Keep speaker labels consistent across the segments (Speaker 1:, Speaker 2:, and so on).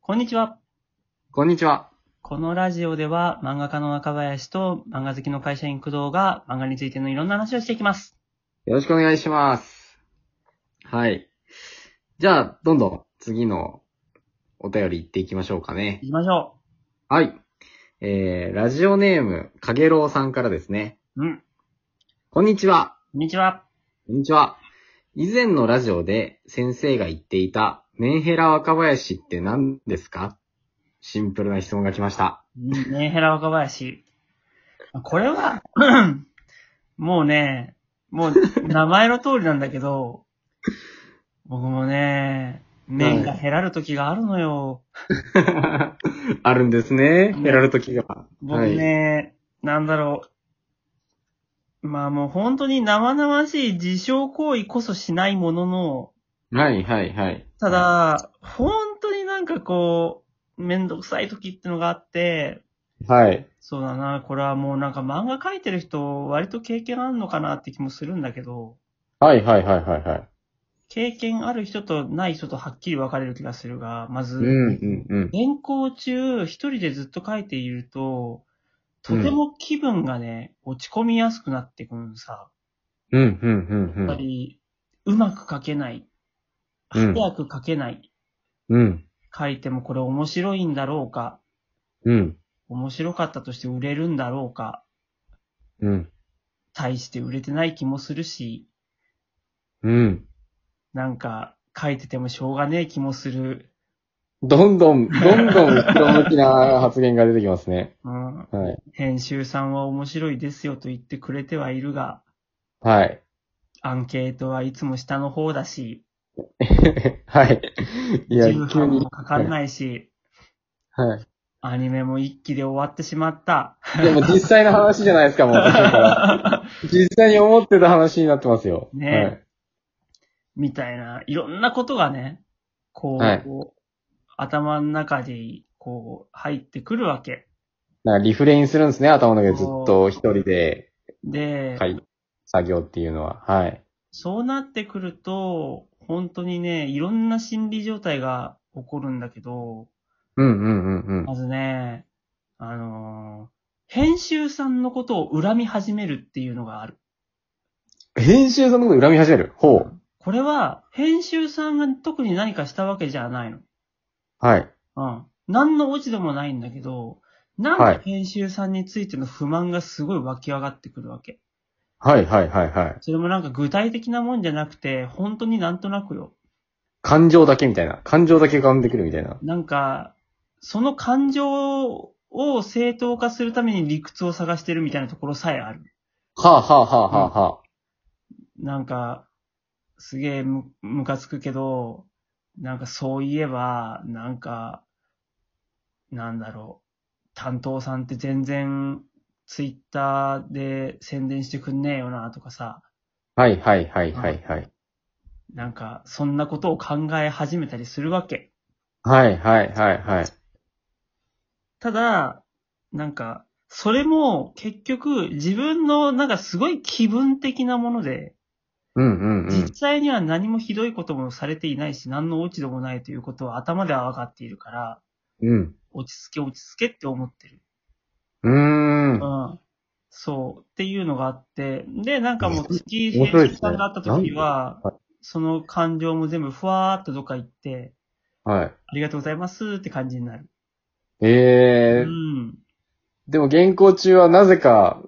Speaker 1: こんにちは。
Speaker 2: こんにちは。
Speaker 1: このラジオでは漫画家の若林と漫画好きの会社員工藤が漫画についてのいろんな話をしていきます。
Speaker 2: よろしくお願いします。はい。じゃあ、どんどん次のお便り行っていきましょうかね。
Speaker 1: 行きましょ
Speaker 2: はい。えー、ラジオネーム、かげろうさんからですね。
Speaker 1: う。うん。
Speaker 2: こんにちは。
Speaker 1: こんにちは。
Speaker 2: こんにちは。以前のラジオで先生が言っていた、メンヘラ若林って何ですかシンプルな質問が来ました。
Speaker 1: うんメンヘラ若林。これは、もうね、もう名前の通りなんだけど、僕もね、面が減らる時があるのよ。
Speaker 2: あるんですね。ヘラルト企が。
Speaker 1: 僕ね、なんだろう。まあもう本当に生々しい自傷行為こそしないものの、
Speaker 2: はい、はい、はいはい。
Speaker 1: ただ、本当になんかこう、めんどくさい時ってのがあって、
Speaker 2: はい。
Speaker 1: そうだな、これはもうなんか漫画描いてる人、割と経験あるのかなって気もするんだけど、
Speaker 2: はい、はい、はい、はい、はい。
Speaker 1: 経験ある人とない人とはっきり分かれる気がするが、まず、
Speaker 2: うん、うん、うん。
Speaker 1: 原稿中、一人でずっと書いていると、とても気分がね、落ち込みやすくなってくるのさ。
Speaker 2: うん、うん、う
Speaker 1: やっぱ
Speaker 2: ん、
Speaker 1: り、うまく書けない。
Speaker 2: うん
Speaker 1: 早く書けない。
Speaker 2: うん。うん、
Speaker 1: 書いてもこれ面白いんだろうか。
Speaker 2: うん、
Speaker 1: 面白かったとして売れるんだろうか。
Speaker 2: うん、
Speaker 1: 大して売れてない気もするし、
Speaker 2: うん。
Speaker 1: なんか、書いててもしょうがねえ気もする。
Speaker 2: どんどん、どんどん、後ろ向きな発言が出てきますね。
Speaker 1: うん。
Speaker 2: はい。
Speaker 1: 編集さんは面白いですよと言ってくれてはいるが、
Speaker 2: はい。
Speaker 1: アンケートはいつも下の方だし、
Speaker 2: はい。いや、
Speaker 1: 重
Speaker 2: 急
Speaker 1: 版
Speaker 2: に
Speaker 1: も。かかんないし、
Speaker 2: はい。
Speaker 1: アニメも一期で終わってしまった。
Speaker 2: いや、もう実際の話じゃないですか、もう。だ から実際に思ってた話になってますよ。
Speaker 1: ねえみたいな、いろんなことがね、こう、
Speaker 2: はい
Speaker 1: こう頭の中で、こう、入ってくるわけ。
Speaker 2: はい。なんかリフレインするんですね、頭の中でずっと一人で、
Speaker 1: で、
Speaker 2: はい、作業っていうのは。はい。
Speaker 1: そうなってくると、本当にね、いろんな心理状態が起こるんだけど、
Speaker 2: うんうんうんうん。
Speaker 1: まずね、あのー編集さんのことを恨み始めるっていうのがある。
Speaker 2: 編集さんのこと恨み始める。ほう。
Speaker 1: これは、編集さんが特に何かしたわけじゃないの。
Speaker 2: はい。
Speaker 1: うん。何の落ち度もないんだけど、なんで編集さんについての不満がすごい湧き上がってくるわけ。
Speaker 2: はいはいはいはい。
Speaker 1: それもなんか具体的なもんじゃなくて、本当になんとなくよ。
Speaker 2: 感情だけみたいな。感情だけ浮かんでくるみたいな。
Speaker 1: なんか、その感情を正当化するために理屈を探してるみたいなところさえある。
Speaker 2: はあはあはあはあは
Speaker 1: なんか、すげえむ、むかつくけど、なんかそういえば、なんか、なんだろう。担当さんって全然、ツイッターで宣伝してくんねえよな、とかさ。
Speaker 2: あ。はいはいはいはいはい。
Speaker 1: なんか、そんなことを考え始めたりするわけ。
Speaker 2: はいはいはいはい。
Speaker 1: ただ、なんか、それも結局自分のなんかすごい気分的なもので、
Speaker 2: うんうんうん。
Speaker 1: 実際には何もひどいこともされていないし、何の落ち度もないということは頭では分かっているから、
Speaker 2: うん。
Speaker 1: 落ち着け落ち着けって思ってる。
Speaker 2: うー。
Speaker 1: うんん。そう。っていうのがあって、で、なんかもう月編
Speaker 2: 面白いです
Speaker 1: 集
Speaker 2: ね
Speaker 1: さんがあった時は、
Speaker 2: なん
Speaker 1: その感情も全部ふわーっとどっか行って、
Speaker 2: はい。
Speaker 1: ありがとうございますって感じになる。う
Speaker 2: ええー。
Speaker 1: ん。
Speaker 2: でも原稿中はなぜか、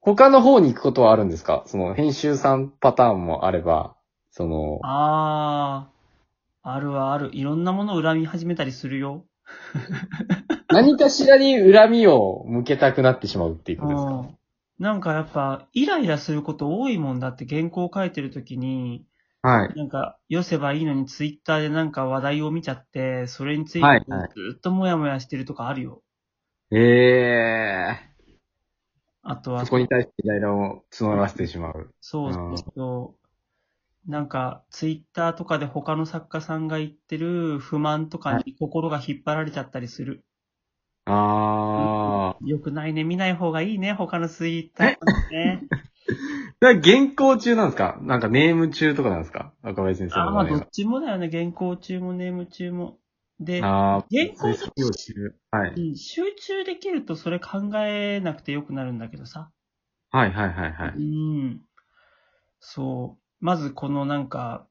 Speaker 2: 他の方に行くことはあるんですかその編集さんパターンもあれば、その、
Speaker 1: ああ、あるはある。いろんなものを恨み始めたりするよ。
Speaker 2: 何かしらに恨みを向けたくなってしまうっていうことです
Speaker 1: う
Speaker 2: か
Speaker 1: んなんかやっぱ、イライラすること多いもんだって原稿を書いてるときに、
Speaker 2: はい。
Speaker 1: なんか、寄せばいいのにツイッターでなんか話題を見ちゃって、それについて
Speaker 2: はいはい
Speaker 1: ずっとモヤモヤしてるとかあるよ。
Speaker 2: ええ
Speaker 1: あと
Speaker 2: ー。
Speaker 1: は、
Speaker 2: そこに対してイライラを募らせてしまう。
Speaker 1: そうそうそう。なんか、ツイッターとかで他の作家さんが言ってる不満とかに心が引っ張られちゃったりする。
Speaker 2: ああ。
Speaker 1: よくないね、見ない方がいいね、他のツイッターとかね。
Speaker 2: だから原稿中なんですかなんかネーム中とかなんですか赤林先生
Speaker 1: あ
Speaker 2: の
Speaker 1: まあ、
Speaker 2: 場合
Speaker 1: ど
Speaker 2: は
Speaker 1: っ。ちもだよね。原稿中もネーム中も。で、
Speaker 2: ああ、
Speaker 1: 原稿
Speaker 2: そういう作業中。は
Speaker 1: う
Speaker 2: い。
Speaker 1: ん集中できるとそれ考えなくてよくなるんだけどさ。
Speaker 2: はいはいはいは
Speaker 1: う
Speaker 2: い。
Speaker 1: ん。そう。まずこのなんか、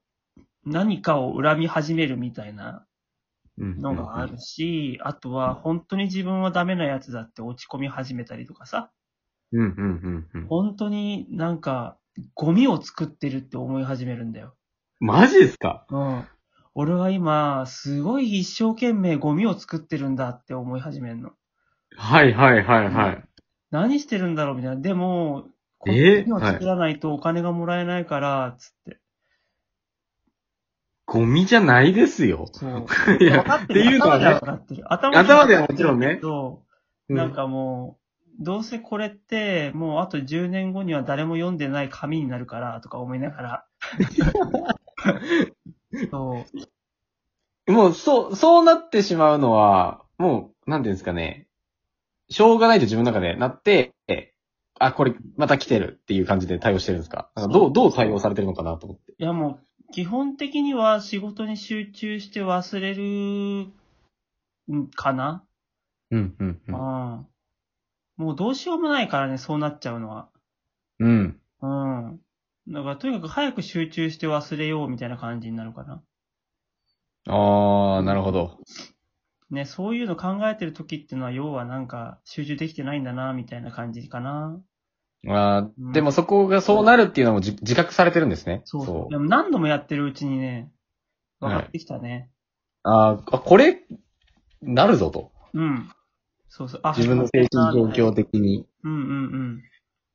Speaker 1: 何かを恨み始めるみたいな
Speaker 2: うん
Speaker 1: のがあるし、あとは本当に自分はダメなやつだって落ち込み始めたりとかさ、
Speaker 2: うんうんうんうん。
Speaker 1: 本当になんか、ゴミを作ってるって思い始めるんだよ。
Speaker 2: マジですか
Speaker 1: うん。俺は今、すごい一生懸命ゴミを作ってるんだって思い始めるの。
Speaker 2: はいはいはいはい。
Speaker 1: 何してるんだろうみたいな。でも、この
Speaker 2: え
Speaker 1: ゴミを作らないとお金がもらえないから、つって。
Speaker 2: ゴミじゃないで すよ。
Speaker 1: そう。
Speaker 2: い
Speaker 1: 分
Speaker 2: や、
Speaker 1: か
Speaker 2: っ
Speaker 1: って
Speaker 2: て
Speaker 1: る。
Speaker 2: いうの
Speaker 1: 頭
Speaker 2: は
Speaker 1: では分
Speaker 2: ね、
Speaker 1: かってる。頭
Speaker 2: 頭ではもちろんね。
Speaker 1: そうう。
Speaker 2: ん
Speaker 1: なんかもう、どうせこれって、もうあと10年後には誰も読んでない紙になるから、とか思いなが ら。そう。
Speaker 2: もう、そう、そうなってしまうのは、もう、なんていうんですかね。しょうがないと自分の中でなって、あ、これ、また来てるっていう感じで対応してるんですかなんかどう、どう対応されてるのかなと思って。
Speaker 1: いやもう、基本的には仕事に集中して忘れる、んかな、
Speaker 2: うん、うん、
Speaker 1: うん、もうどうしようもないからね、そうなっちゃうのは。
Speaker 2: うん。うん。
Speaker 1: うん。だからとにかく早く集中して忘れようみたいな感じになるかな。
Speaker 2: あー、なるほど。
Speaker 1: ね、そういうの考えてる時ってのは、要はなんか集中できてないんだな、みたいな感じかな。
Speaker 2: あ
Speaker 1: うん
Speaker 2: ーでもそこがそうなるっていうのもじ自覚されてるんですね。
Speaker 1: そうそう。でも何度もやってるうちにね、分かってきたね。
Speaker 2: あーあ、これ、なるぞと。
Speaker 1: うん。そうそう。あ
Speaker 2: 自分の精神状況。的に。
Speaker 1: うんうんうん。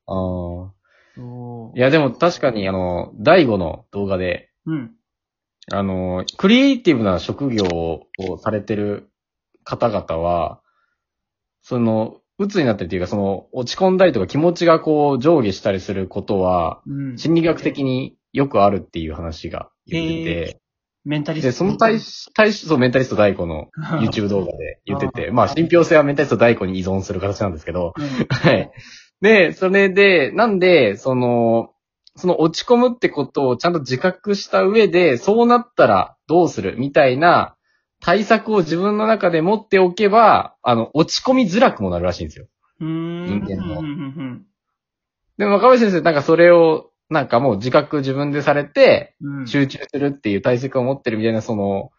Speaker 2: あー
Speaker 1: そう。
Speaker 2: いや、でも確かに、あの、第5の動画で、
Speaker 1: うん。
Speaker 2: あの、クリエイティブな職業をされてる方々は、その、鬱になってるというか、その、落ち込んだりとか気持ちがこう、上下したりすることは、
Speaker 1: うん。
Speaker 2: 心理学的によくあるっていう話が言って
Speaker 1: メンタリ
Speaker 2: て、
Speaker 1: スト。
Speaker 2: で、その対し、対し、そう、メンタリスト大子の YouTube 動画で言ってて、まあ、信憑性はメンタリスト大子に依存する形なんですけど、
Speaker 1: うん
Speaker 2: はい。で、それで、なんで、その、その落ち込むってことをちゃんと自覚した上で、そうなったらどうするみたいな対策を自分の中で持っておけば、あの、落ち込みづらくもなるらしいんですよ。
Speaker 1: うーん。
Speaker 2: 人間の
Speaker 1: うんうん
Speaker 2: でも若林先生、なんかそれを、なんかもう自覚自分でされて、
Speaker 1: うんうん。
Speaker 2: 集中するっていう対策を持ってるみたいな、その、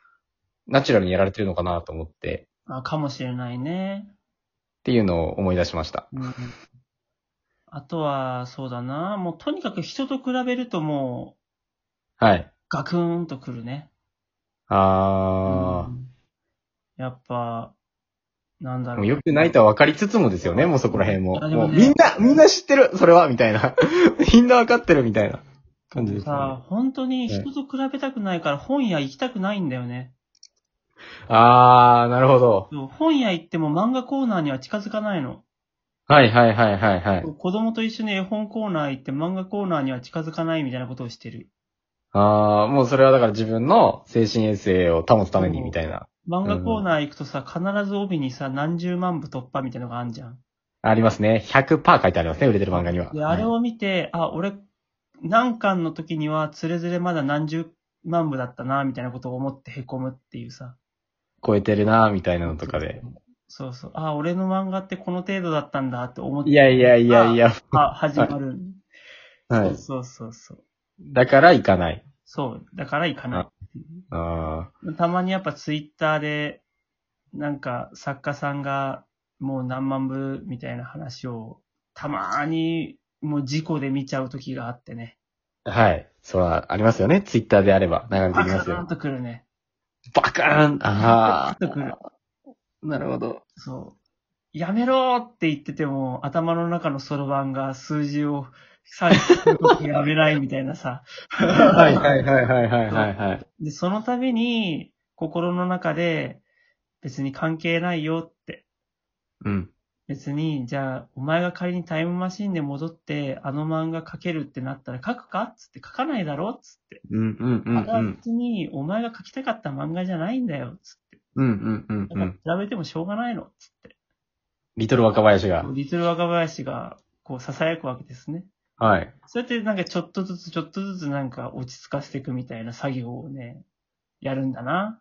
Speaker 2: ナチュラルにやられてるのかなと思って、
Speaker 1: あ、かもしれないね。
Speaker 2: っていうのを思い出しました。
Speaker 1: うん。あとは、そうだな。もうとにかく人と比べるともう、
Speaker 2: はい。
Speaker 1: ガクーンとくるね。
Speaker 2: あ
Speaker 1: うんやっぱ、なんだろ
Speaker 2: ー。も
Speaker 1: う。
Speaker 2: う良くないとは分かりつつもですよね、もうそこら辺も。
Speaker 1: あで
Speaker 2: も
Speaker 1: も
Speaker 2: う
Speaker 1: ね
Speaker 2: みんな、みんな知ってる、それは、みたいな。 みんな分かってる、みたいな感じです、ね。
Speaker 1: さ
Speaker 2: あ
Speaker 1: あ、本当に人と比べたくないから本屋行きたくないんだよね。
Speaker 2: あー、なるほど。
Speaker 1: そう本屋行っても漫画コーナーには近づかないの。
Speaker 2: はいはいはいはいはい。
Speaker 1: 子供と一緒に絵本コーナー行って漫画コーナーには近づかないみたいなことをしてる。
Speaker 2: あー、もうそれはだから自分の精神衛生を保つために、みたいな。
Speaker 1: 漫画コーナー行くとさ、必ず帯にさ、何十万部突破みたいなのがあんじゃん。
Speaker 2: ありますね。100%書いてありますね、売れてる漫画には。
Speaker 1: で、あれを見て、あ、俺、何巻の時には、つれづれまだ何十万部だったな、みたいなことを思って凹むっていうさ。
Speaker 2: 超えてるな、みたいなのとかで。
Speaker 1: そうそう。あ、俺の漫画ってこの程度だったんだって思って。
Speaker 2: いやいやいやいや。
Speaker 1: あ、始まる。
Speaker 2: は
Speaker 1: そう
Speaker 2: い。
Speaker 1: そうそうそう。
Speaker 2: だから行かない。
Speaker 1: そう。だから行かない。
Speaker 2: あ
Speaker 1: たまにやっぱツイッターで、なんか作家さんがもう何万部みたいな話を、たまーにもう事故で見ちゃう時があってね。
Speaker 2: ー。はい。それはありますよね。ツイッターであれば、流れて
Speaker 1: バ
Speaker 2: き
Speaker 1: カ
Speaker 2: ますよ
Speaker 1: ーン。とくるね。
Speaker 2: バカーンあ
Speaker 1: バカーンとく
Speaker 2: あ。なるほど。
Speaker 1: る。そう。やめろーって言ってても、頭の中のそろばんが数字を左右することやめないみたいなさ。
Speaker 2: はいはいはいはいはいはいはい。
Speaker 1: で、そのために、心の中で、別に関係ないよって。
Speaker 2: うん。
Speaker 1: 別に、じゃあ、お前が仮にタイムマシンで戻って、あの漫画描けるってなったら書くかつって書かないだろつって。
Speaker 2: うんうんうんう
Speaker 1: あれは
Speaker 2: ん。
Speaker 1: 別に、お前が描きたかった漫画じゃないんだよ。つって。
Speaker 2: うんうんうん
Speaker 1: だ
Speaker 2: う
Speaker 1: か
Speaker 2: ん。
Speaker 1: ら比べてもしょうがないの。つって。
Speaker 2: リトル若林が。
Speaker 1: リトル若林が、こう、囁くわけですね。
Speaker 2: はい。
Speaker 1: そうやって、なんかちょっとずつちょっとずつなんか落ち着かせていくみたいな作業をね、やるんだな。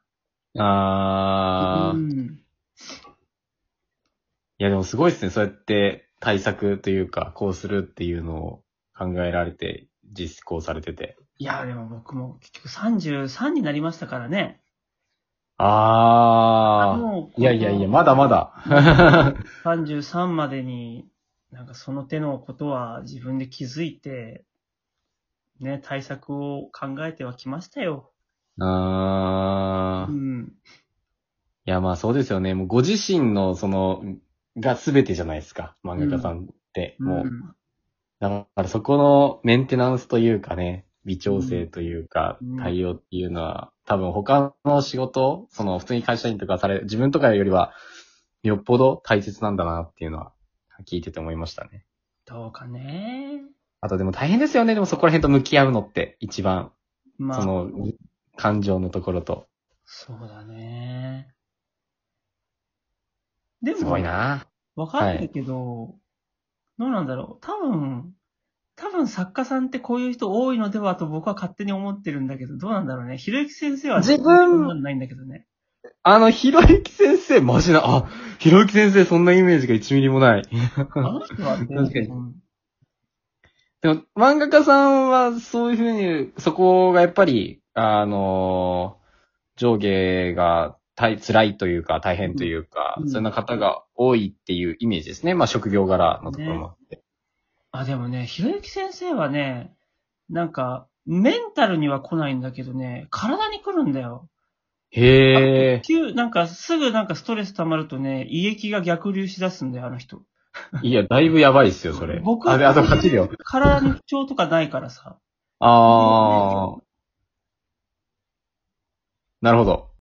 Speaker 2: あ
Speaker 1: う
Speaker 2: ー。い
Speaker 1: ん。
Speaker 2: や、でもすごいですね。そうやって対策というか、こうするっていうのを考えられて、実行されてて。
Speaker 1: いや、でも僕も結局33になりましたからね。
Speaker 2: あ
Speaker 1: も
Speaker 2: ー。いやいやいや、まだまだ。
Speaker 1: 33までに、なんかその手のことは自分で気づいて、ね、対策を考えてはきましたよ。う
Speaker 2: あー。
Speaker 1: ん。
Speaker 2: いや、まあそうですよね。もうご自身の、その、が全てじゃないですか。漫画家さんって。もう、
Speaker 1: ん
Speaker 2: だからそこのメンテナンスというかね、微調整というか
Speaker 1: うん、
Speaker 2: 対応っていうのは、多分他の仕事、その普通に会社員とかされ、自分とかよりは、よっぽど大切なんだなっていうのは、聞いてて思いましたね。
Speaker 1: どうかね。
Speaker 2: あとでも大変ですよね、でもそこら辺と向き合うのって、一番、
Speaker 1: まあ、
Speaker 2: その、感情のところと。
Speaker 1: そうだね。ですも
Speaker 2: ごい、な
Speaker 1: わかんないけど、どうなんだろう。多分、多分作家さんってこういう人多いのではと僕は勝手に思ってるんだけど、どうなんだろうね。ひろゆき先生は
Speaker 2: 自分
Speaker 1: そんなのないんだけどね。
Speaker 2: あの、ひろゆき先生、マジな、あ、ひろゆき先生、そんなイメージが1ミリもない。
Speaker 1: あの人は、
Speaker 2: 確かに
Speaker 1: うん
Speaker 2: でも、漫画家さんは、そういうふうに、そこがやっぱり、あの上下が大辛いというか、大変というか、
Speaker 1: うん
Speaker 2: そんな方が多いっていうイメージですね。まあ、職業柄のところもあって。
Speaker 1: あ、でもね、ひろゆき先生はね、なんか、メンタルには来ないんだけどね、体に来るんだよ。
Speaker 2: へえ、
Speaker 1: 急、なんかすぐなんかストレス溜まるとね、胃液が逆流しだすんだよ、あの人。
Speaker 2: いや、だいぶやばいっすよ、それ。
Speaker 1: 僕は
Speaker 2: あ、で、あと8秒。
Speaker 1: 体に不調とかないからさ。
Speaker 2: あー。なるほど。